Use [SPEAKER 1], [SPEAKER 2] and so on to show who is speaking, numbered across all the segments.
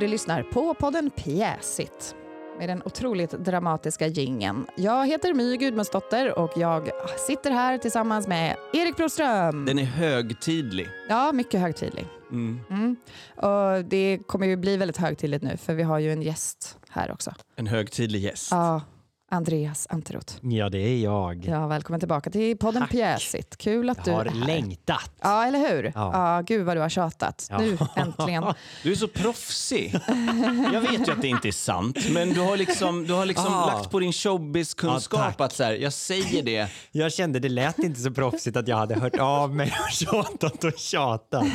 [SPEAKER 1] du lyssnar på podden Pjäsigt med den otroligt dramatiska gingen. Jag heter My Gudmundsdotter och jag sitter här tillsammans med Erik Broström.
[SPEAKER 2] Den är högtidlig.
[SPEAKER 1] Ja, mycket högtidlig.
[SPEAKER 2] Mm.
[SPEAKER 1] Mm. Och det kommer ju bli väldigt högtidligt nu för vi har ju en gäst här också.
[SPEAKER 2] En högtidlig gäst.
[SPEAKER 1] Ja, Andreas Anteroth.
[SPEAKER 3] Ja, det är jag.
[SPEAKER 1] Ja, välkommen tillbaka till podden
[SPEAKER 3] Tack.
[SPEAKER 1] Pjäsigt. Kul att
[SPEAKER 3] Jag
[SPEAKER 1] du
[SPEAKER 3] har
[SPEAKER 1] är här.
[SPEAKER 3] längtat.
[SPEAKER 1] Ja, eller hur? Ja.
[SPEAKER 3] Ja.
[SPEAKER 1] gud vad du har tjatat.
[SPEAKER 3] Ja.
[SPEAKER 1] Nu äntligen.
[SPEAKER 2] Du är så proffsig. Jag vet ju att det inte är sant, men du har liksom, du har liksom
[SPEAKER 3] Ah.
[SPEAKER 2] lagt på din
[SPEAKER 3] Ja,
[SPEAKER 2] showbiz-kunskap
[SPEAKER 3] tack.
[SPEAKER 2] att så här, jag säger det.
[SPEAKER 3] Jag kände det lät inte så proffsigt att jag hade hört av mig och tjatat och tjatat. Men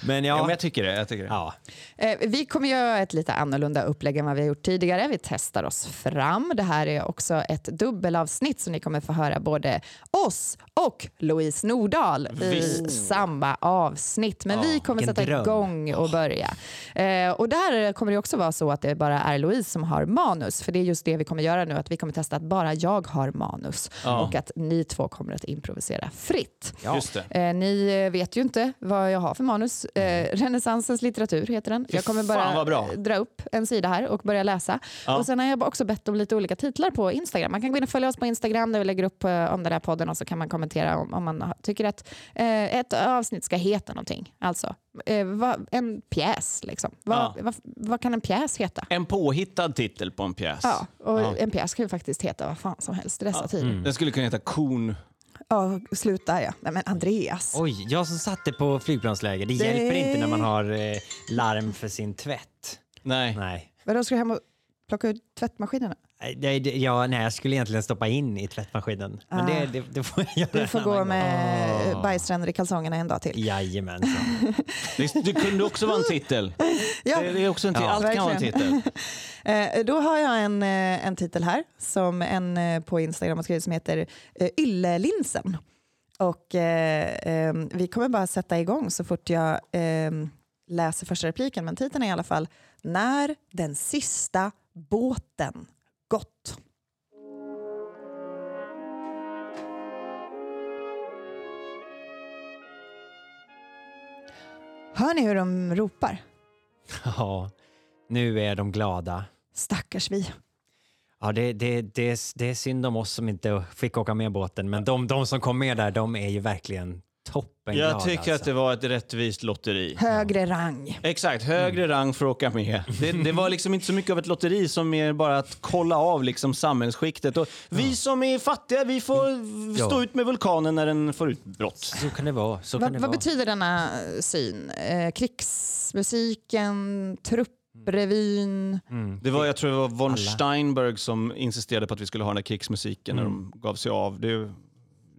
[SPEAKER 2] Ja, men
[SPEAKER 3] ja.
[SPEAKER 2] jag tycker det. Jag tycker det.
[SPEAKER 3] ja.
[SPEAKER 1] Eh, Vi kommer göra ett lite annorlunda upplägg än vad vi har gjort tidigare. Vi testar oss fram. Det här är också ett dubbelavsnitt så ni kommer få höra både oss och Louise Nordahl i
[SPEAKER 2] Visst.
[SPEAKER 1] samma avsnitt. Men vi kommer
[SPEAKER 3] vilken
[SPEAKER 1] sätta
[SPEAKER 3] dröm.
[SPEAKER 1] igång och börja. Eh, Och där kommer det också vara så att det bara är Louise som har manus. För det är just det vi kommer göra nu, att vi kommer testa att bara jag har manus och att ni två kommer att improvisera fritt.
[SPEAKER 3] Ja.
[SPEAKER 2] Just det.
[SPEAKER 1] Eh, ni eh, vet ju inte vad jag har för manus. Eh, Renässansens litteratur heter den. Jag kommer
[SPEAKER 2] Mm. fan,
[SPEAKER 1] bara
[SPEAKER 2] vad bra.
[SPEAKER 1] eh, dra upp en sida här och börja läsa. Och Sen har jag också bett om lite olika titlar på Instagram. Man kan gå in och följa oss på Instagram där vi lägger upp eh, om den här podden och så kan man kommentera om, om man har- tycker att eh, ett avsnitt ska heta någonting. Alltså, eh, vad, en pjäs liksom. Vad,
[SPEAKER 2] Ja.
[SPEAKER 1] vad, vad kan en pjäs heta?
[SPEAKER 2] En påhittad titel på en pjäs.
[SPEAKER 1] Ja, och en pjäs kan ju faktiskt heta vad fan som helst i dessa tider.
[SPEAKER 2] Den skulle kunna heta Kon.
[SPEAKER 1] Ja, sluta ja. Nej men Andreas.
[SPEAKER 3] Oj, jag som satte på flygplansläge. Det, hjälper inte när man har eh, larm för sin tvätt.
[SPEAKER 2] Nej.
[SPEAKER 3] Nej.
[SPEAKER 1] Vadå, ska du hem och plocka ut tvättmaskinerna?
[SPEAKER 3] Nej, Det, det, ja, nej, jag skulle egentligen stoppa in i tvättmaskinen. Men det, det, det får jag göra
[SPEAKER 1] Ah. Du
[SPEAKER 3] en
[SPEAKER 1] får
[SPEAKER 3] annan
[SPEAKER 1] gå
[SPEAKER 3] gång.
[SPEAKER 1] med bajsränder i kalsongerna en dag till.
[SPEAKER 3] Jajamensan.
[SPEAKER 2] Det, det kunde också vara en titel.
[SPEAKER 1] Ja,
[SPEAKER 2] Det, det är också en titel.
[SPEAKER 3] Ja,
[SPEAKER 2] Allt kan vara en titel.
[SPEAKER 1] eh, då har jag en, eh, en titel här som en eh, på Instagram har skrivit som heter eh, Yllelinsen. Och eh, eh, vi kommer bara sätta igång så fort jag eh, läser första repliken, men titeln är i alla fall När den sista båten gått. Hör ni hur de ropar?
[SPEAKER 3] Ja, nu är de glada.
[SPEAKER 1] Stackars vi.
[SPEAKER 3] Ja, det, det, det, det är synd om oss som inte fick åka med båten, men de, de som kom med där, de är ju verkligen alltså. toppen
[SPEAKER 2] Jag tycker att det var ett rättvist lotteri.
[SPEAKER 1] Högre rang.
[SPEAKER 2] Exakt, högre
[SPEAKER 3] Mm.
[SPEAKER 2] rang för att åka med. Det, det var liksom inte så mycket av ett lotteri som mer bara att kolla av liksom samhällsskiktet. Och vi som är fattiga, vi får
[SPEAKER 3] Mm. Ja.
[SPEAKER 2] stå ut med vulkanen när den får utbrott.
[SPEAKER 3] Så kan det vara. Så kan
[SPEAKER 1] Vad,
[SPEAKER 3] det
[SPEAKER 1] vad
[SPEAKER 3] vara.
[SPEAKER 1] betyder denna syn? Eh, krigsmusiken, trupprevyn.
[SPEAKER 3] Mm.
[SPEAKER 2] Det var, jag tror det var von Steinberg som insisterade på att vi skulle ha den där krigsmusiken när
[SPEAKER 3] Mm.
[SPEAKER 2] de gav sig av. Det,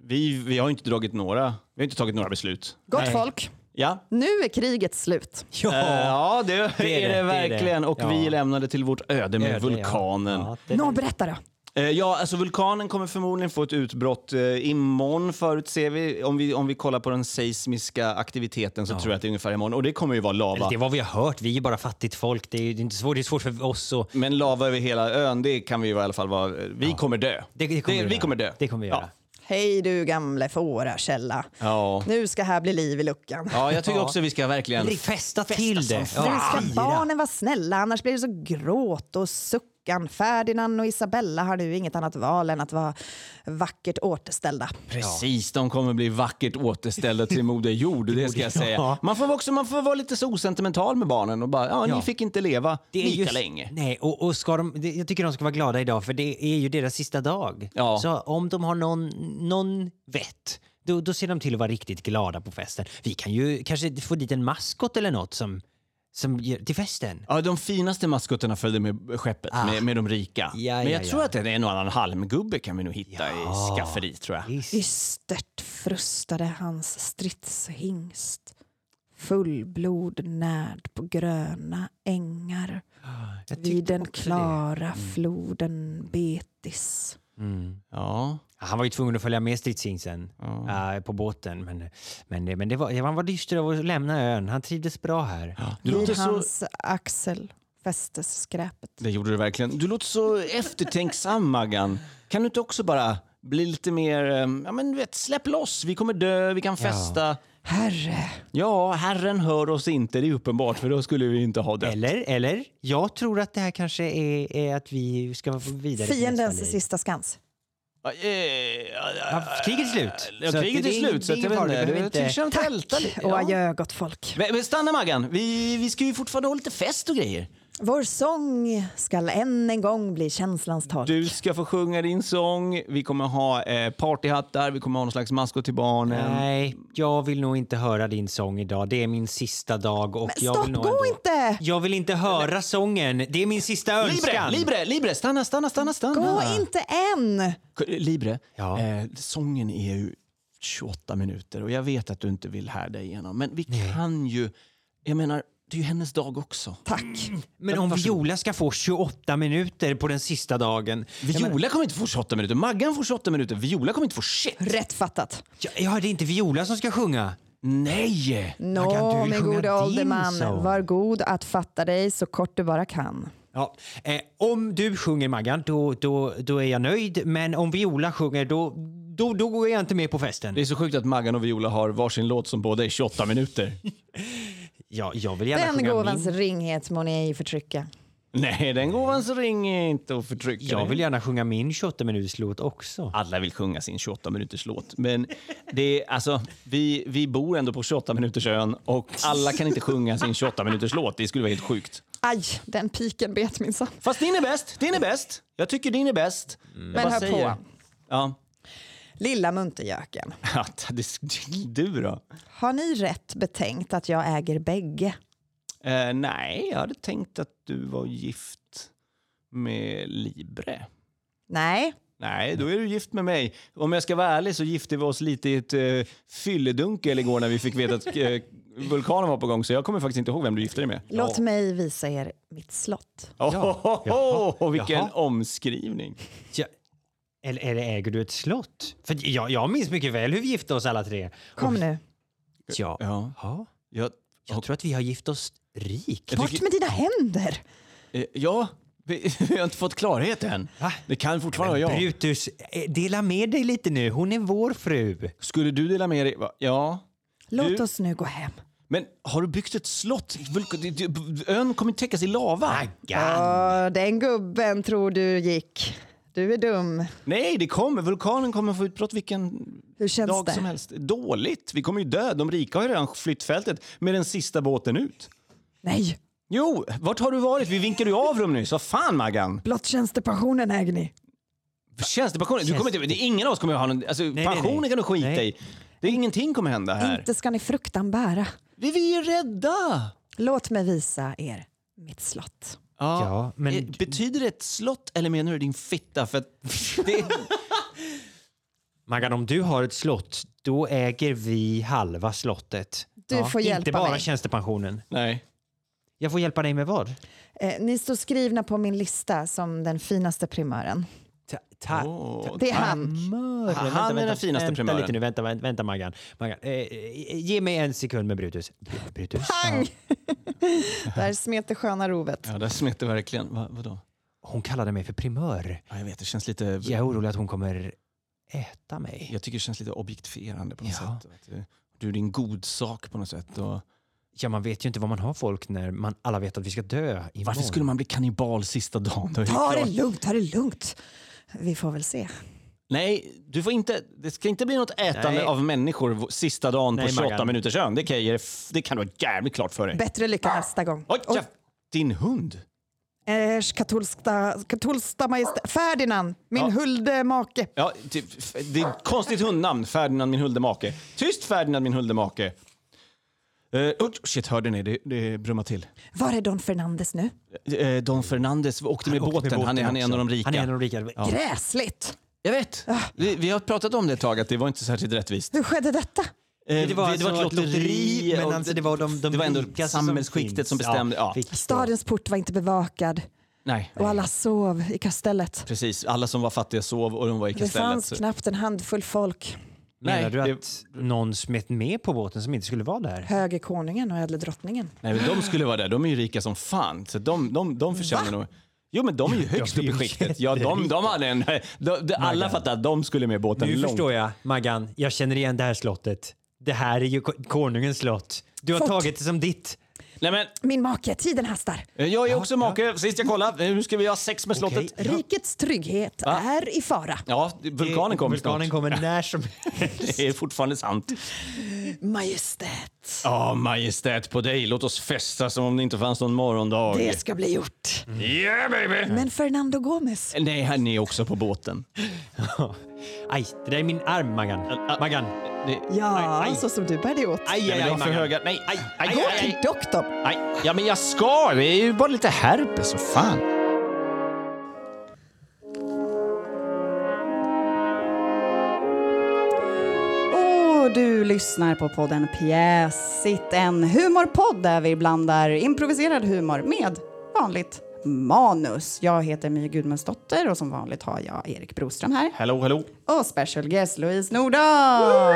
[SPEAKER 2] vi, vi har ju inte dragit några, vi har inte tagit några beslut.
[SPEAKER 1] Gott
[SPEAKER 3] Nej.
[SPEAKER 1] folk,
[SPEAKER 2] Ja,
[SPEAKER 1] nu är kriget slut.
[SPEAKER 3] Ja,
[SPEAKER 2] Eh, ja det,
[SPEAKER 3] det
[SPEAKER 2] är det,
[SPEAKER 3] är det,
[SPEAKER 2] verkligen. Och
[SPEAKER 3] Ja.
[SPEAKER 2] vi lämnade till vårt öde med
[SPEAKER 3] öde, ja.
[SPEAKER 2] vulkanen.
[SPEAKER 3] Ja, det,
[SPEAKER 1] Nå, berätta då.
[SPEAKER 2] Eh, Ja, alltså vulkanen kommer förmodligen få ett utbrott eh, imorgon förutser vi. Om, vi. om vi kollar på den seismiska aktiviteten så tror jag att det är ungefär imorgon. Och det kommer ju vara lava.
[SPEAKER 3] det är vad vi har hört. Vi är ju bara fattigt folk. Det är ju det är inte svårt, det är svårt för oss att...
[SPEAKER 2] Men lava över hela ön, det kan vi ju i alla fall vara... eh, Vi kommer dö.
[SPEAKER 3] Det, det kommer vi
[SPEAKER 2] vi
[SPEAKER 3] göra.
[SPEAKER 2] kommer dö.
[SPEAKER 3] Det kommer vi göra.
[SPEAKER 1] Hej du gamle fårakälla.
[SPEAKER 2] Ja.
[SPEAKER 1] Nu ska här bli liv i luckan.
[SPEAKER 2] ja, jag tycker också vi ska verkligen...
[SPEAKER 3] Rikt- Festa till
[SPEAKER 2] som
[SPEAKER 3] det. Ja.
[SPEAKER 1] Nu ska
[SPEAKER 3] Fira.
[SPEAKER 1] barnen vara snälla, annars blir det så gråt och suckan. Ferdinand och Isabella har nu inget annat val än att vara vackert återställda.
[SPEAKER 2] Precis, de kommer bli vackert återställda till Moder Jord, det ska jag säga.
[SPEAKER 3] Ja.
[SPEAKER 2] Man får, också, man får vara lite så osentimental med barnen och bara, ja,
[SPEAKER 3] Ja.
[SPEAKER 2] ni fick inte leva
[SPEAKER 3] Det är
[SPEAKER 2] lika
[SPEAKER 3] just-
[SPEAKER 2] länge.
[SPEAKER 3] Nej, och, och ska de, det- jag tycker de ska vara glada idag för det är ju deras sista dag.
[SPEAKER 2] Ja.
[SPEAKER 3] Så om de har någon, någon vett, då, då ser de till att vara riktigt glada på festen. Vi kan ju kanske få dit en maskot eller något som, som ger- till festen.
[SPEAKER 2] Ja, de finaste maskotarna följde med skeppet, med, med de rika.
[SPEAKER 3] Ah. Ja,
[SPEAKER 2] Men
[SPEAKER 3] ja,
[SPEAKER 2] jag
[SPEAKER 3] ja.
[SPEAKER 2] tror att det är en och annan halmgubbe kan vi nog hitta
[SPEAKER 3] Ja.
[SPEAKER 2] i skafferi, tror jag.
[SPEAKER 1] Ystert frustade hans stridshingst. Fullblod närd på gröna ängar.
[SPEAKER 3] Jag
[SPEAKER 1] Vid
[SPEAKER 3] tyckte
[SPEAKER 1] den
[SPEAKER 3] också det. Mm.
[SPEAKER 1] klara floden Betis.
[SPEAKER 2] Ja.
[SPEAKER 3] Han var ju tvungen att följa med stridshingsten eh, på båten. Men, men, det- men det var, ja, han var dyster av att lämna ön. Han trivdes bra här.
[SPEAKER 2] Du låter
[SPEAKER 1] Vid
[SPEAKER 2] så...
[SPEAKER 1] hans axel fästes skräpet.
[SPEAKER 2] Det gjorde du verkligen. Du låter så eftertänksam, Maggan. Kan ehm, du inte också bara bli lite mer... eh, Ja, men du vet, släpp loss. Vi kommer dö, vi kan festa.
[SPEAKER 1] Herre.
[SPEAKER 2] Ja, Herren hör oss inte, det är uppenbart, för då skulle vi inte ha det.
[SPEAKER 3] Eller, eller, jag tror att det här kanske är, är att vi ska få vidare till nästa
[SPEAKER 1] Fiendens
[SPEAKER 3] liv.
[SPEAKER 1] sista skans.
[SPEAKER 3] Ja, kriget är slut.
[SPEAKER 2] eh, Ja,
[SPEAKER 3] Så att
[SPEAKER 2] kriget
[SPEAKER 3] det
[SPEAKER 2] är
[SPEAKER 3] är ingen-
[SPEAKER 2] slut, så
[SPEAKER 3] det är
[SPEAKER 2] att jag
[SPEAKER 3] ingen fara,
[SPEAKER 2] vet inte.
[SPEAKER 3] du behöver
[SPEAKER 2] Jag
[SPEAKER 3] inte-
[SPEAKER 2] tycker jag inte älta lite.
[SPEAKER 1] Och
[SPEAKER 2] Ja.
[SPEAKER 1] adjö gott folk.
[SPEAKER 2] Men- Men stanna Maggan, vi, vi ska ju fortfarande ha lite fest och grejer.
[SPEAKER 1] Vår sång skall än en gång bli känslans tak.
[SPEAKER 2] Du ska få sjunga din sång, vi kommer ha eh, partyhattar, vi kommer ha någon slags maskot till barnen.
[SPEAKER 3] Nej, jag vill nog inte höra din sång idag. Det är min sista dag och jag
[SPEAKER 1] Stopp,
[SPEAKER 3] vill nog
[SPEAKER 1] gå
[SPEAKER 3] ändå...
[SPEAKER 1] inte!
[SPEAKER 3] Jag vill inte höra sången. Det är min sista
[SPEAKER 2] Libre,
[SPEAKER 3] önskan.
[SPEAKER 2] libre, libre, stanna, stanna, stanna, stanna.
[SPEAKER 1] Gå inte än!
[SPEAKER 2] K- Libre,
[SPEAKER 3] Ja.
[SPEAKER 2] eh, sången är ju 28 minuter och jag vet att du inte vill här dig igenom, men vi kan ju... Jag menar, det är ju hennes dag också.
[SPEAKER 1] Tack.
[SPEAKER 3] Men om Viola ska få 28 minuter på den sista dagen.
[SPEAKER 2] Viola kommer inte få 28 minuter, Maggan får 28 minuter, Viola kommer inte få shit.
[SPEAKER 1] Rätt fattat.
[SPEAKER 3] Ja, ja, det är inte Viola som ska sjunga.
[SPEAKER 2] Nej!
[SPEAKER 1] Nå,
[SPEAKER 3] Maggan, du vill
[SPEAKER 1] min
[SPEAKER 3] sjunga
[SPEAKER 1] gode
[SPEAKER 3] din
[SPEAKER 1] ålderman,
[SPEAKER 3] sång.
[SPEAKER 1] var god att fatta dig så kort du bara kan.
[SPEAKER 3] Ja, eh, om du sjunger Maggan, då, då, då är jag nöjd. Men om Viola sjunger, då, då, då går jag inte med på festen.
[SPEAKER 2] Det är så sjukt att Maggan och Viola har varsin låt som båda är 28 minuter.
[SPEAKER 3] Ja, jag vill gärna
[SPEAKER 1] Den
[SPEAKER 3] sjunga
[SPEAKER 1] gåvans
[SPEAKER 3] min.
[SPEAKER 1] ringhet må ni ej förtrycka.
[SPEAKER 2] Nej, den gåvans ring är inte att förtrycka.
[SPEAKER 3] Jag
[SPEAKER 2] dig.
[SPEAKER 3] vill gärna sjunga min 28 minuters låt också.
[SPEAKER 2] Alla vill sjunga sin 28 minuters låt, men det är, alltså, vi, vi bor ändå på 28 minuters ön och alla kan inte sjunga sin 28 minuters låt. Det skulle vara helt sjukt.
[SPEAKER 1] Aj, den piken bet minsann.
[SPEAKER 2] Fast din är bäst, din är bäst. Jag tycker din är bäst. Jag
[SPEAKER 1] Men
[SPEAKER 2] bara
[SPEAKER 1] hör
[SPEAKER 2] säger.
[SPEAKER 1] på.
[SPEAKER 2] Ja.
[SPEAKER 1] Lilla muntergöken.
[SPEAKER 2] Ja, det- Du då?
[SPEAKER 1] Har ni rätt betänkt att jag äger bägge?
[SPEAKER 2] Eh, nej, jag hade tänkt att du var gift med Libre.
[SPEAKER 1] Nej,
[SPEAKER 2] Nej, då är du gift med mig. Om jag ska vara ärlig så gifte vi oss lite i ett uh, fylledunkel igår när vi fick veta att eh, vulkanen var på gång, så jag kommer faktiskt inte ihåg vem du gifte dig med.
[SPEAKER 1] låt mig visa er mitt slott.
[SPEAKER 2] Oh,
[SPEAKER 3] Jaha.
[SPEAKER 2] vilken
[SPEAKER 3] Jaha.
[SPEAKER 2] omskrivning.
[SPEAKER 3] Ja, eller, eller äger du ett slott? För jag, jag minns mycket väl hur vi gifte oss alla tre.
[SPEAKER 1] Kom nu,
[SPEAKER 3] Ja.
[SPEAKER 2] Ja,
[SPEAKER 3] ja.
[SPEAKER 2] jag,
[SPEAKER 3] Jag tror att vi har gift oss rikt.
[SPEAKER 1] bort med dina händer!
[SPEAKER 2] eh, ja vi, vi har inte fått klarhet än.
[SPEAKER 3] Va?
[SPEAKER 2] Det kan fortfarande vara jag.
[SPEAKER 3] Brutus, eh, dela med dig lite nu. Hon är vår fru.
[SPEAKER 2] Skulle du dela med dig? Va? Ja.
[SPEAKER 1] Låt
[SPEAKER 2] Du-
[SPEAKER 1] oss nu gå hem.
[SPEAKER 2] Men har du byggt ett slott? Vulkan- det- det- Ön kommer täckas i lava.
[SPEAKER 3] Ah.
[SPEAKER 1] Åh, Ah, den gubben tror du gick. Du är dum.
[SPEAKER 2] Nej, det kommer. Vulkanen kommer få utbrott vilken
[SPEAKER 1] Hur känns
[SPEAKER 2] dag
[SPEAKER 1] det?
[SPEAKER 2] som helst. Dåligt. Vi kommer ju dö. De rika har ju redan flytt fältet med den sista båten ut.
[SPEAKER 1] Nej,
[SPEAKER 2] Jo, vart har du varit? Vi vinkade ju av dem nyss. Vad fan, Maggan?
[SPEAKER 1] blott tjänstepensionen äger ni.
[SPEAKER 2] Tjänstepensionen. Du kommer inte, det är ingen av oss kommer ha någon... Alltså,
[SPEAKER 3] nej,
[SPEAKER 2] pensionen
[SPEAKER 3] nej.
[SPEAKER 2] kan du skita
[SPEAKER 3] Nej.
[SPEAKER 2] i. Det är ingenting kommer hända här.
[SPEAKER 1] Inte ska ni fruktan bära.
[SPEAKER 2] Vi, vi är rädda.
[SPEAKER 1] Låt mig visa er mitt slott.
[SPEAKER 3] Ja, men-
[SPEAKER 2] Eh, Betyder det ett slott eller menar du din fitta? För att det,
[SPEAKER 3] Maggan, om du har ett slott, då äger vi halva slottet.
[SPEAKER 1] Du får hjälpa
[SPEAKER 3] Inte bara
[SPEAKER 1] mig.
[SPEAKER 3] tjänstepensionen.
[SPEAKER 2] nej.
[SPEAKER 3] Jag får hjälpa dig med vad?
[SPEAKER 1] Eh, ni står skrivna på min lista som den finaste primören.
[SPEAKER 3] Ta, ta,
[SPEAKER 2] Åh,
[SPEAKER 1] Det är han.
[SPEAKER 3] Primören.
[SPEAKER 2] Han
[SPEAKER 3] Vänta,
[SPEAKER 2] är den
[SPEAKER 3] vänta,
[SPEAKER 2] finaste
[SPEAKER 3] vänta
[SPEAKER 2] primören.
[SPEAKER 3] Lite nu, vänta, vänta, vänta Maggan. Maggan eh, eh, ge mig en sekund med Brutus. Br- Brutus?
[SPEAKER 1] Pang! Där smet det sköna rovet.
[SPEAKER 2] Ja, där smet det verkligen. Va, vadå?
[SPEAKER 3] Hon kallade mig för primör.
[SPEAKER 2] Ja, jag vet, det känns lite...
[SPEAKER 3] Jag är orolig att hon kommer äta mig.
[SPEAKER 2] Jag tycker det känns lite objektifierande på något
[SPEAKER 3] Ja.
[SPEAKER 2] sätt. Att du, du är din god sak på något sätt. Och
[SPEAKER 3] Ja, man vet ju inte vad man har folk när man alla vet att vi ska dö imorgon.
[SPEAKER 2] varför skulle man bli kannibal sista dagen? Då är det
[SPEAKER 1] Ta det
[SPEAKER 2] klart.
[SPEAKER 1] lugnt, ta det lugnt. Vi får väl se.
[SPEAKER 2] Nej, du får inte, det ska inte bli något ätande
[SPEAKER 3] Nej.
[SPEAKER 2] av människor v- sista dagen
[SPEAKER 3] Nej,
[SPEAKER 2] på 28
[SPEAKER 3] Maggan.
[SPEAKER 2] minuters ön. Det kan, jag ge dig f- det kan du vara jävligt klart för dig.
[SPEAKER 1] Bättre lycka nästa gång.
[SPEAKER 2] Ah. Oj, ja, din hund!
[SPEAKER 1] Ers katolska, katolska majestät Ferdinand, min
[SPEAKER 2] Ja.
[SPEAKER 1] hulde make.
[SPEAKER 2] Ja, typ, f- det är ett konstigt hundnamn. Ferdinand min huldemake. Tyst Ferdinand min huldemake! Uh, shit, hörde ni? Det, det brummar till.
[SPEAKER 1] Var är Don Fernandes nu?
[SPEAKER 2] Eh, Don Fernandes åkte med,
[SPEAKER 3] åkte
[SPEAKER 2] båten. Han, är, han är en
[SPEAKER 3] också.
[SPEAKER 2] av de rika.
[SPEAKER 3] Han är en av de rika.
[SPEAKER 1] Gräsligt!
[SPEAKER 2] Jag vet. Vi, vi har pratat om det ett tag, att det var inte särskilt rättvist.
[SPEAKER 1] Hur skedde detta?
[SPEAKER 2] Eh,
[SPEAKER 3] Det var alltså ett lotteri, men
[SPEAKER 2] och
[SPEAKER 3] alltså det var de- de
[SPEAKER 2] det var ändå
[SPEAKER 3] rikaste som
[SPEAKER 2] samhällsskiktet
[SPEAKER 3] finns.
[SPEAKER 2] som bestämde. Ja.
[SPEAKER 3] Ja, fick-
[SPEAKER 1] Stadens port var inte bevakad
[SPEAKER 2] Nej,
[SPEAKER 1] och alla sov i kastellet.
[SPEAKER 2] precis. Alla som var fattiga sov och de var i
[SPEAKER 1] Det
[SPEAKER 2] kastellet.
[SPEAKER 1] fanns
[SPEAKER 2] så-
[SPEAKER 1] knappt en handfull folk.
[SPEAKER 3] Menar du
[SPEAKER 2] det-
[SPEAKER 3] att någon smet med på båten som inte skulle vara där?
[SPEAKER 1] Höge konungen och ädle drottningen.
[SPEAKER 2] Nej, men de skulle vara där. De är ju rika som fan. Så de, de, de förtjänar nog... Jo, men de är ju högst
[SPEAKER 3] de
[SPEAKER 2] upp
[SPEAKER 3] är
[SPEAKER 2] i
[SPEAKER 3] ju
[SPEAKER 2] skiktet. Ja, de, de hade en... De, de, alla fattade att de skulle med båten
[SPEAKER 3] Nu
[SPEAKER 2] långt.
[SPEAKER 3] förstår jag, Maggan. Jag känner igen det här slottet. det här är ju ko- konungens slott. Du har
[SPEAKER 1] Fort.
[SPEAKER 3] tagit det som ditt.
[SPEAKER 2] Nej, men,
[SPEAKER 1] Min make, tiden hastar.
[SPEAKER 2] eh, jag är också make. Sist jag kollade, eh, nu ska vi ha sex med slottet.
[SPEAKER 3] Okej.
[SPEAKER 1] Rikets trygghet är i fara.
[SPEAKER 2] Ja, vulkanen kommer
[SPEAKER 3] Vulkanen
[SPEAKER 2] snart.
[SPEAKER 3] kommer när som
[SPEAKER 2] Det är fortfarande sant.
[SPEAKER 1] Majestät,
[SPEAKER 2] Ja, majestät på dig. Låt oss festa som om det inte fanns någon morgondag.
[SPEAKER 1] det ska bli gjort.
[SPEAKER 2] Mm. Yeah baby!
[SPEAKER 1] Men Fernando Gomez,
[SPEAKER 2] Nej, han är också på båten.
[SPEAKER 3] Aj, det där är min arm, Maggan. Maggan.
[SPEAKER 2] Det...
[SPEAKER 1] ja,
[SPEAKER 3] Aj, aj.
[SPEAKER 1] så som du bär dig åt.
[SPEAKER 2] Aj,
[SPEAKER 3] Nej,
[SPEAKER 2] aj,
[SPEAKER 3] men
[SPEAKER 2] aj,
[SPEAKER 3] det
[SPEAKER 2] för
[SPEAKER 3] var Maggan.
[SPEAKER 2] höga. Nej, aj, aj,
[SPEAKER 1] Gå
[SPEAKER 2] aj, aj,
[SPEAKER 1] till doktorn.
[SPEAKER 2] aj. Ja, men jag ska. Det är ju bara lite herpes. Vad fan.
[SPEAKER 4] Och du lyssnar på podden Pjäsigt, en humorpodd där vi blandar improviserad humor med vanligt manus. Jag heter My Gudmundsdotter och som vanligt har jag Erik Broström här
[SPEAKER 2] Hello, hello.
[SPEAKER 4] och special guest Louise Nordahl.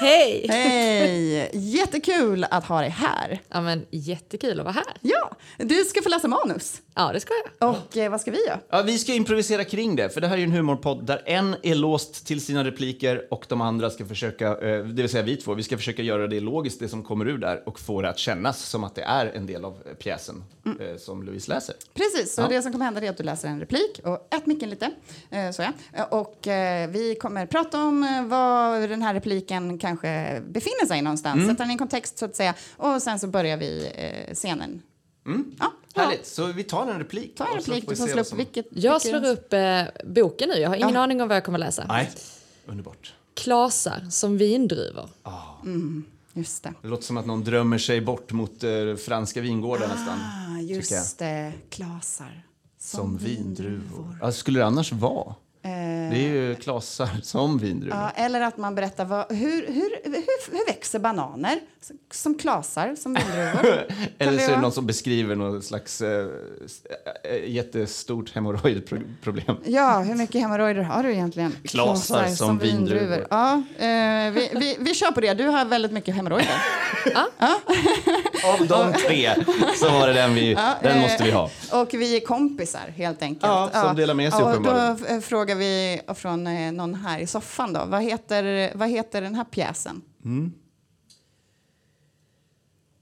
[SPEAKER 5] Hej!
[SPEAKER 4] Hej! Jättekul att ha dig här.
[SPEAKER 5] Ja, men jättekul att vara här.
[SPEAKER 4] Ja, du ska få läsa manus.
[SPEAKER 5] Ja, det ska jag.
[SPEAKER 4] Och eh, vad ska vi göra?
[SPEAKER 2] Ja, vi ska improvisera kring det, för det här är ju en humorpodd där en är låst till sina repliker och de andra ska försöka, eh, det vill säga vi två, vi ska försöka göra det logiskt, det som kommer ur där och få det att kännas som att det är en del av eh, pjäsen
[SPEAKER 4] Mm.
[SPEAKER 2] eh, som Louise läser.
[SPEAKER 4] Precis, så det som kommer hända är att du läser en replik och ät micken lite. eh, Så ja. Eh, Och eh, vi kommer prata om eh, var den här repliken kanske befinner sig någonstans. Sätta den i en kontext så att säga. Och sen så börjar vi eh, scenen. Ja, bra.
[SPEAKER 2] Härligt, så vi tar en replik.
[SPEAKER 4] Ta en
[SPEAKER 2] och så
[SPEAKER 4] replik,
[SPEAKER 2] får vi
[SPEAKER 4] du får
[SPEAKER 2] se
[SPEAKER 4] slå
[SPEAKER 2] vad
[SPEAKER 4] upp
[SPEAKER 2] som-
[SPEAKER 4] vilket.
[SPEAKER 5] Jag
[SPEAKER 4] vilken-
[SPEAKER 5] slår upp eh, boken nu. Jag har ingen aning om vad jag kommer läsa.
[SPEAKER 2] Nej, underbart.
[SPEAKER 5] Klasar som vindruvor.
[SPEAKER 4] Just det.
[SPEAKER 2] Det låter som att någon drömmer sig bort mot eh, franska vingårdar nästan.
[SPEAKER 4] Ah,
[SPEAKER 2] tycker jag.
[SPEAKER 4] just det. Klasar.
[SPEAKER 2] Som vindruvor. Ja, skulle det annars vara? Det är ju klasar som vindruvor.
[SPEAKER 4] Eh, Ja, eller att man berättar vad, hur, hur, hur, hur växer bananer? Som klasar, som vindruvor.
[SPEAKER 2] Eller
[SPEAKER 4] det
[SPEAKER 2] så är det
[SPEAKER 4] vara?
[SPEAKER 2] någon som beskriver någon slags eh, s- eh, eh, jättestort hemorrojdproblem.
[SPEAKER 4] Ja, hur mycket hemorrojder har du egentligen?
[SPEAKER 2] Klasar som vindruvor.
[SPEAKER 4] Ja, eh, vi, vi, vi kör på det. Du har väldigt mycket hemorrojder.
[SPEAKER 2] Av de tre så var det den vi, den
[SPEAKER 4] eh,
[SPEAKER 2] måste vi ha.
[SPEAKER 4] Och vi är kompisar helt enkelt.
[SPEAKER 2] Ja, som delar med sig
[SPEAKER 4] och
[SPEAKER 2] uppenbarligen.
[SPEAKER 4] Då eh, frågar vi från eh, någon här i soffan då. Vad heter, vad heter den här pjäsen?
[SPEAKER 2] Mm.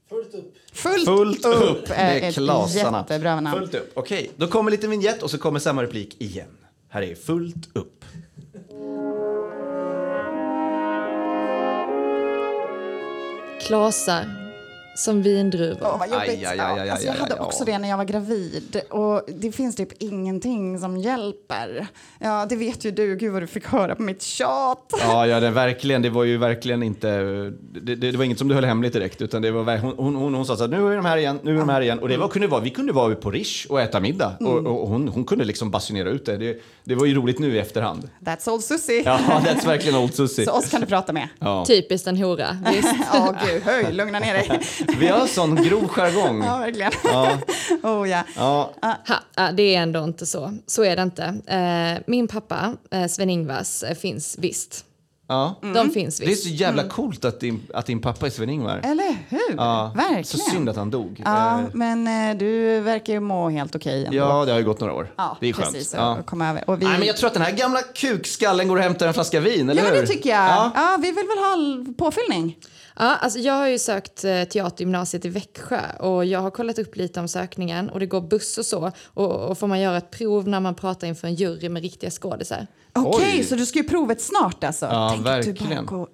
[SPEAKER 4] Fullt upp. Fullt,
[SPEAKER 2] Fullt upp
[SPEAKER 4] är
[SPEAKER 2] med
[SPEAKER 4] ett
[SPEAKER 2] klasarna.
[SPEAKER 4] jättebra namn.
[SPEAKER 2] Fullt upp. Okej, då kommer lite vignett och så kommer samma replik igen. Här är fullt upp.
[SPEAKER 5] Klasar som vindruvor.
[SPEAKER 4] Åh, vad jobbigt.
[SPEAKER 2] Aj, aj, aj, aj,
[SPEAKER 4] Ja, alltså, jag
[SPEAKER 2] aj,
[SPEAKER 4] hade
[SPEAKER 2] aj,
[SPEAKER 4] också
[SPEAKER 2] ja.
[SPEAKER 4] det när jag var gravid. Och Det finns typ ingenting som hjälper. Ja, det vet ju du. Gud vad du fick höra på mitt tjat.
[SPEAKER 2] Ja, ja det, verkligen. Det var ju verkligen inte... Det, det, det var inget som du höll hemligt direkt. Utan det var, ver- hon, hon, hon, hon sa så här, nu är de här igen, nu är de här igen. Och det var, kunde vara, vi kunde vara på Rish och äta middag.
[SPEAKER 4] Mm.
[SPEAKER 2] Och, och hon, hon kunde liksom basunera ut det. det. Det var ju roligt nu i efterhand.
[SPEAKER 4] That's all Susie.
[SPEAKER 2] Ja, that's verkligen old Susie.
[SPEAKER 4] Så oss kan du prata med.
[SPEAKER 2] Ja.
[SPEAKER 5] Typiskt en hora. Visst.
[SPEAKER 4] Ja, gud. Höj, lugna ner dig.
[SPEAKER 2] Vi har sån grov jargong.
[SPEAKER 4] Ja, verkligen.
[SPEAKER 2] Ja.
[SPEAKER 4] Oh, ja.
[SPEAKER 2] Ja.
[SPEAKER 5] Ha, ja, det är ändå inte så. Så är det inte. Eh, min pappa, eh, Sven-Ingvars, eh, finns visst.
[SPEAKER 2] Ja.
[SPEAKER 4] Mm.
[SPEAKER 5] De finns
[SPEAKER 2] Det är
[SPEAKER 5] visst.
[SPEAKER 2] så jävla coolt att din, att din pappa är Sven-Ingvar.
[SPEAKER 4] Eller hur?
[SPEAKER 2] Ja.
[SPEAKER 4] Eh, Verkligen.
[SPEAKER 2] Så synd att han dog.
[SPEAKER 4] Ja,
[SPEAKER 2] Eh,
[SPEAKER 4] men eh, du verkar ju må helt okej ändå.
[SPEAKER 2] ja, det har ju gått några år.
[SPEAKER 4] Ja,
[SPEAKER 2] det är skönt.
[SPEAKER 4] precis.
[SPEAKER 2] Ja.
[SPEAKER 4] Och komma över. Och vi...
[SPEAKER 2] Nej, men jag tror att den här gamla kukskallen går och hämtar en flaska vin, eller
[SPEAKER 4] Ja, men
[SPEAKER 2] hur?
[SPEAKER 4] det tycker jag.
[SPEAKER 2] Ja.
[SPEAKER 4] Ja. vi vill väl ha l- påfyllning?
[SPEAKER 5] Ja, alltså jag har ju sökt eh, teatergymnasiet i Växjö och jag har kollat upp lite om sökningen och det går buss och så och, och får man göra ett prov när man pratar inför en jury med riktiga skådisar.
[SPEAKER 4] Okej,
[SPEAKER 2] Oj.
[SPEAKER 4] så du ska ju provet snart alltså?
[SPEAKER 2] Ja,
[SPEAKER 4] Tänk att du bara
[SPEAKER 2] verkligen.
[SPEAKER 4] går-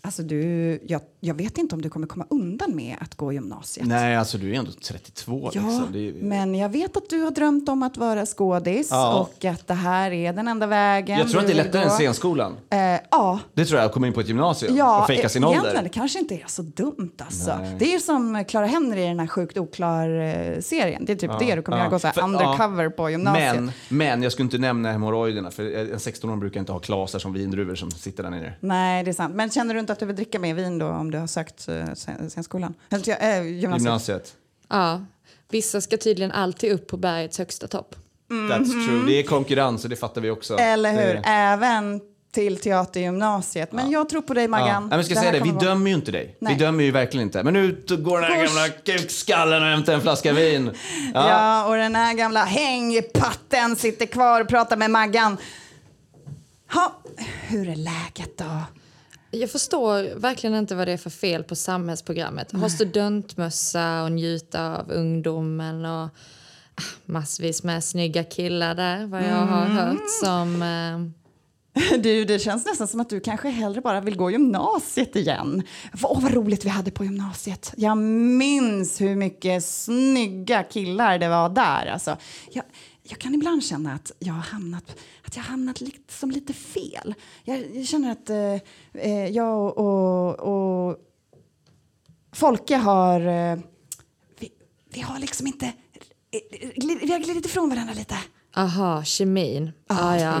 [SPEAKER 4] Alltså du, jag, jag vet inte om du kommer komma undan med att gå gymnasiet.
[SPEAKER 2] Nej, alltså du är ändå 32
[SPEAKER 4] Ja,
[SPEAKER 2] liksom. Det är, ju-
[SPEAKER 4] men jag vet att du har drömt om att vara skådis
[SPEAKER 2] Ja.
[SPEAKER 4] och att det här är den enda vägen.
[SPEAKER 2] jag tror att det
[SPEAKER 4] du
[SPEAKER 2] är
[SPEAKER 4] vill
[SPEAKER 2] lättare
[SPEAKER 4] gå.
[SPEAKER 2] än scenskolan.
[SPEAKER 4] Eh, ja,
[SPEAKER 2] Det tror jag, att komma in på ett gymnasium
[SPEAKER 4] ja
[SPEAKER 2] och fejka
[SPEAKER 4] eh,
[SPEAKER 2] sin ålder.
[SPEAKER 4] egentligen det kanske inte är så dumt alltså. Det är som Clara Henry i den här sjukt oklar-serien. Det är typ det du kommer
[SPEAKER 2] ja.
[SPEAKER 4] göra, gå så här
[SPEAKER 2] För- ja.
[SPEAKER 4] undercover på gymnasiet.
[SPEAKER 2] Men, men jag skulle inte nämna hemorrojderna, för en 16-åring brukar inte ha klasar som vindruvor som sitter där nere.
[SPEAKER 4] Nej, det är sant. Men känner du inte att du vill dricka mer vin då om du har sökt eh, sen, sen skolan? Eller, till- eh, gymnasiet.
[SPEAKER 2] Gymnasiet.
[SPEAKER 5] Ja, vissa ska tydligen alltid upp på bergets högsta topp.
[SPEAKER 2] That's true. Det är konkurrens och det fattar vi också.
[SPEAKER 4] Mm. Eller
[SPEAKER 2] Det
[SPEAKER 4] hur?
[SPEAKER 2] är det.
[SPEAKER 4] Även till teatergymnasiet. Men jag tror på dig
[SPEAKER 2] Ja. Nej,
[SPEAKER 4] Maggan.
[SPEAKER 2] men jag ska
[SPEAKER 4] Det
[SPEAKER 2] säga
[SPEAKER 4] här
[SPEAKER 2] det, vi
[SPEAKER 4] kommer gå-
[SPEAKER 2] dömer ju inte dig.
[SPEAKER 4] Nej.
[SPEAKER 2] Vi dömer ju verkligen inte. Men nu t- går den här gamla kukskallen och hämtar en flaska vin.
[SPEAKER 4] Ja.
[SPEAKER 2] Ja.
[SPEAKER 4] och den här gamla hängpatten sitter kvar och pratar med Maggan. Ha, hur är läget då?
[SPEAKER 5] Jag förstår verkligen inte vad det är för fel på samhällsprogrammet. Ha studentmössa och njuta av ungdomen och ah, massvis med snygga killar där vad jag har hört som... Eh,
[SPEAKER 4] Du, det känns nästan som att du kanske hellre bara vill gå gymnasiet igen. Va- Åh, vad roligt vi hade på gymnasiet. Jag minns hur mycket snygga killar det var där. Alltså, jag, jag kan ibland känna att jag har hamnat, att jag har hamnat lite, som lite fel. Jag, jag känner att eh, eh, jag och, och Folke har... Eh, vi, vi har liksom inte... eh, Vi har glidit ifrån varandra lite.
[SPEAKER 5] aha, kemin. Ah, ja.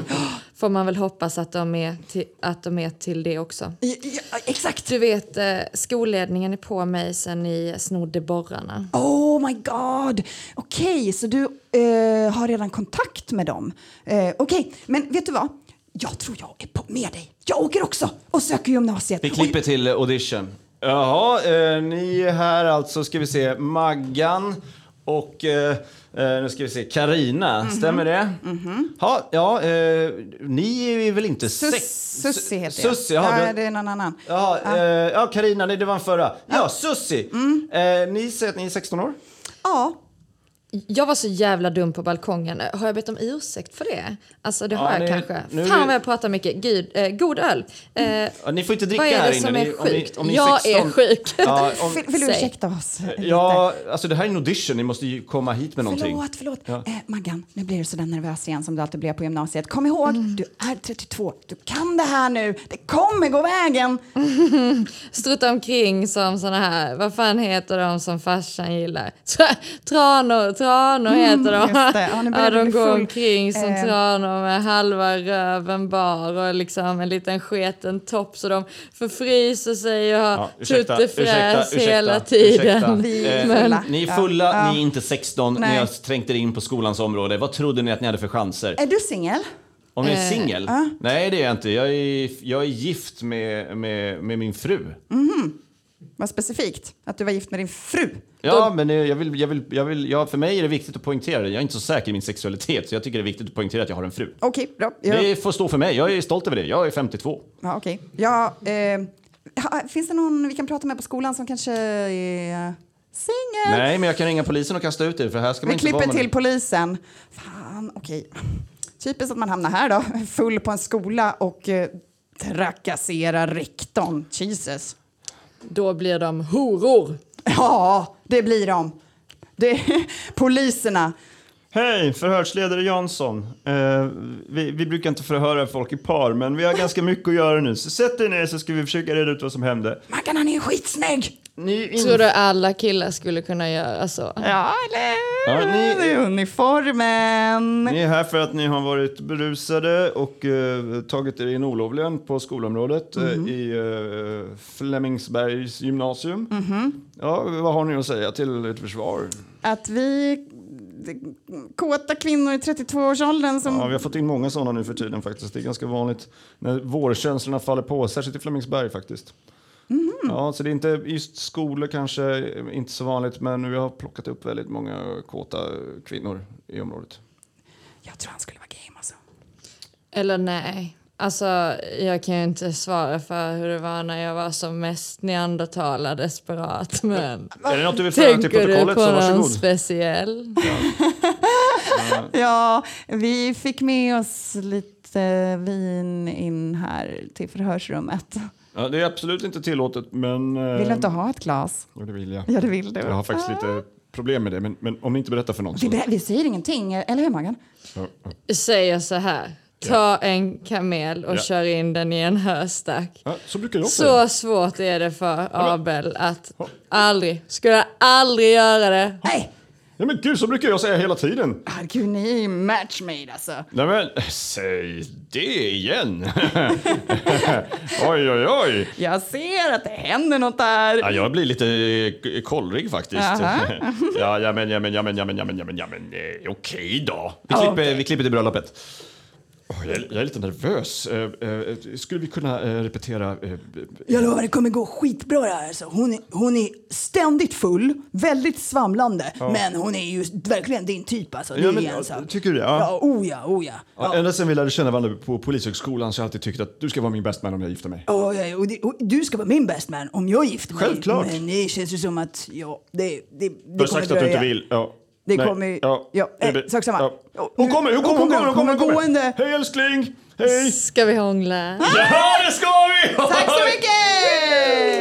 [SPEAKER 5] Får man väl hoppas att de, är till, att de är till det också.
[SPEAKER 4] Ja, ja, exakt.
[SPEAKER 5] Du vet, eh, skolledningen är på mig sen ni snodde borrarna.
[SPEAKER 4] Oh my god! Okej, så du eh, har redan kontakt med dem. Eh, Okej, men vet du vad? Jag tror jag är på med dig. Jag åker också och söker gymnasiet.
[SPEAKER 2] Vi klipper till eh, audition. Jaha, eh, ni är här alltså, ska vi se, Maggan och eh, eh, nu ska vi se, Karina. Stämmer det? Ha, ja, eh, ni är väl inte
[SPEAKER 4] Sus-
[SPEAKER 2] sex...
[SPEAKER 4] Sussi heter jag.
[SPEAKER 2] Sussi, jaha,
[SPEAKER 4] ja,
[SPEAKER 2] du-
[SPEAKER 4] det är någon annan.
[SPEAKER 2] Jaha, eh, ja, Karina, nej det var en förra. Ja, Sussi! Eh, ni säger att ni är 16 år?
[SPEAKER 4] Ja,
[SPEAKER 5] Jag var så jävla dum på balkongen. Har jag bett om ursäkt för det? Alltså det har
[SPEAKER 2] Ja,
[SPEAKER 5] jag
[SPEAKER 2] nu-
[SPEAKER 5] kanske.
[SPEAKER 2] nu-
[SPEAKER 5] Fan vad jag pratar mycket. Gud, eh, god öl. Eh,
[SPEAKER 2] Ja, ni får inte dricka
[SPEAKER 5] vad är
[SPEAKER 2] här
[SPEAKER 5] det
[SPEAKER 2] inne.
[SPEAKER 5] som
[SPEAKER 2] Ni-
[SPEAKER 5] är
[SPEAKER 2] om ni-
[SPEAKER 5] sjukt?
[SPEAKER 2] om ni
[SPEAKER 5] jag är
[SPEAKER 2] 16
[SPEAKER 5] sjuk.
[SPEAKER 2] Ja, om,
[SPEAKER 4] vill, vill du
[SPEAKER 5] Säg.
[SPEAKER 4] ursäkta oss? lite?
[SPEAKER 2] ja, alltså det här är en audition, ni måste ju komma hit med någonting.
[SPEAKER 4] Förlåt, förlåt.
[SPEAKER 2] Ja.
[SPEAKER 4] Eh, Maggan, nu blir du så där nervös igen som du alltid blev på gymnasiet. Kom ihåg, du är 32. Du kan det här nu. Det kommer gå vägen.
[SPEAKER 5] Strutta omkring som såna här, vad fan heter de som farsan gillar? Tra- Tranor, tranor heter de.
[SPEAKER 4] Mm, just det. Ja, nu börjar
[SPEAKER 5] Ja,
[SPEAKER 4] du
[SPEAKER 5] de
[SPEAKER 4] bli
[SPEAKER 5] går
[SPEAKER 4] full.
[SPEAKER 5] omkring som
[SPEAKER 4] Eh.
[SPEAKER 5] tranor med halva röven bar och liksom en liten sketen topp så de förfryser sig och har
[SPEAKER 2] Ja,
[SPEAKER 5] tuttefräs hela tiden.
[SPEAKER 4] Vi är
[SPEAKER 2] Eh,
[SPEAKER 4] fulla.
[SPEAKER 2] Ni är fulla,
[SPEAKER 4] Ja.
[SPEAKER 2] ni är inte 16, ni
[SPEAKER 4] Nej.
[SPEAKER 2] har trängt er in på skolans område. Vad trodde ni att ni hade för chanser?
[SPEAKER 4] Är du singel?
[SPEAKER 2] Om jag
[SPEAKER 4] Eh,
[SPEAKER 2] är singel? Nej, det är jag inte. Jag är, jag är gift med, med, med min fru.
[SPEAKER 4] Mm. Vad specifikt att du var gift med din fru.
[SPEAKER 2] Ja, men eh, jag vill, jag vill, jag vill, ja, för mig är det viktigt att poängtera det. Jag är inte så säker i min sexualitet, så jag tycker det är viktigt att poängtera att jag har en fru.
[SPEAKER 4] Okej, bra. Ja.
[SPEAKER 2] Det får stå för mig. Jag är stolt över det. Jag är 52.
[SPEAKER 4] Ja, okej. Ja, eh, ha- finns det någon vi kan prata med på skolan som kanske är singel?
[SPEAKER 2] Nej, men jag kan ringa polisen och kasta ut er, för här ska man
[SPEAKER 4] Vi
[SPEAKER 2] inte vara
[SPEAKER 4] klipper
[SPEAKER 2] med
[SPEAKER 4] till polisen. Fan, okej. Typiskt att man hamnar här då, full på en skola och eh, trakasserar rektorn. Jesus.
[SPEAKER 5] Då blir de horor.
[SPEAKER 4] Ja, det blir de. Det, poliserna.
[SPEAKER 2] Hej, förhörsledare Jansson. Eh, vi, vi brukar inte förhöra folk i par, men vi har ganska mycket att göra nu. Så sätt er ner så ska vi försöka reda ut vad som hände.
[SPEAKER 4] Maggan, han är ju skitsnygg!
[SPEAKER 2] Ni,
[SPEAKER 5] Tror du alla killar skulle kunna göra så?
[SPEAKER 4] Ja, eller
[SPEAKER 2] Ja, ni-
[SPEAKER 4] Det är uniformen.
[SPEAKER 2] ni är här för att ni har varit berusade och eh, tagit er in olovligen på skolområdet eh, i eh, Flemingsbergs gymnasium. Ja, vad har ni att säga till ert försvar?
[SPEAKER 4] Att vi kåta kvinnor i 32-årsåldern som
[SPEAKER 2] Ja, vi har fått in många sådana nu för tiden faktiskt. Det är ganska vanligt när vårkänslorna faller på, särskilt i Flemingsberg faktiskt. Ja, så det är inte just skolor kanske, inte så vanligt, men vi har plockat upp väldigt många kåta kvinnor i området.
[SPEAKER 4] Jag tror han skulle vara game alltså.
[SPEAKER 5] Eller nej. Alltså, jag kan ju inte svara för hur det var när jag var som mest neandertalare desperat. Men
[SPEAKER 2] Är det något du vill föra till
[SPEAKER 5] tänker du
[SPEAKER 2] protokollet
[SPEAKER 5] på
[SPEAKER 2] så
[SPEAKER 5] någon
[SPEAKER 2] varsågod.
[SPEAKER 5] speciell?
[SPEAKER 4] Ja, vi fick med oss lite vin in här till förhörsrummet.
[SPEAKER 2] Ja, det är absolut inte tillåtet, men... eh,
[SPEAKER 4] Vill du inte ha ett glas?
[SPEAKER 2] Jo, det vill jag.
[SPEAKER 4] Ja, det vill du.
[SPEAKER 2] Jag har faktiskt lite problem med det, men, men om ni inte berättar för någon
[SPEAKER 4] Vi,
[SPEAKER 2] så...
[SPEAKER 4] ber- vi säger ingenting, eller hur Magan?
[SPEAKER 5] Säger så här. Ta en kamel och
[SPEAKER 2] Ja.
[SPEAKER 5] kör in den i en höstack.
[SPEAKER 2] Ja, så brukar jag säga.
[SPEAKER 5] Så svårt är det för Abel att aldrig, skulle aldrig göra det.
[SPEAKER 4] Nej!
[SPEAKER 2] Ja, men gud, så brukar jag säga hela tiden.
[SPEAKER 4] Ah, Gud, ni är match made alltså.
[SPEAKER 2] Nej men, säg det igen! oj, oj, oj!
[SPEAKER 4] Jag ser att det händer något där.
[SPEAKER 2] Ja, jag blir lite eh, k- kollrig faktiskt.
[SPEAKER 4] Jaha.
[SPEAKER 2] ja, ja, men, ja, men, ja, men, ja, men, ja, men, ja, men, ja, men, eh, okej då. Vi klipper, vi klipper till bröllopet. Åh, jag, är- jag är lite nervös. Eh, eh, skulle vi kunna eh, repetera? eh, eh,
[SPEAKER 1] Jag lovar, det kommer gå skitbra det här. Alltså, hon, är- hon är ständigt full, väldigt svamlande, men hon är ju verkligen din typ alltså. Det
[SPEAKER 2] Ja,
[SPEAKER 1] är
[SPEAKER 2] men,
[SPEAKER 1] ju en sak.
[SPEAKER 2] tycker du det? Ja.
[SPEAKER 1] Ja, oh ja, oh ja.
[SPEAKER 2] Ja,
[SPEAKER 1] ja.
[SPEAKER 2] ända sedan vi lärde känna varandra på Polishögskolan så har jag alltid tyckt att du ska vara min bästman om jag gifter mig.
[SPEAKER 1] Oh, ja, ja, och det, och du ska vara min best man om jag gifter mig.
[SPEAKER 2] Självklart.
[SPEAKER 1] Men det känns ju som att, ja, det, det, det
[SPEAKER 2] Du har
[SPEAKER 1] kommer
[SPEAKER 2] sagt att du inte
[SPEAKER 1] dröja.
[SPEAKER 2] vill. Ja.
[SPEAKER 1] Det
[SPEAKER 2] Nej.
[SPEAKER 1] kommer-
[SPEAKER 2] Ja.
[SPEAKER 1] ja, eh,
[SPEAKER 2] Det-
[SPEAKER 1] sak samma.
[SPEAKER 2] Ja. Hon kommer, hon kommer, hon kommer, hon kommer, hon kommer.
[SPEAKER 1] gående.
[SPEAKER 2] Hej älskling! Hej!
[SPEAKER 5] Ska vi hångla?
[SPEAKER 2] Ja, det ska vi!
[SPEAKER 4] Tack så mycket!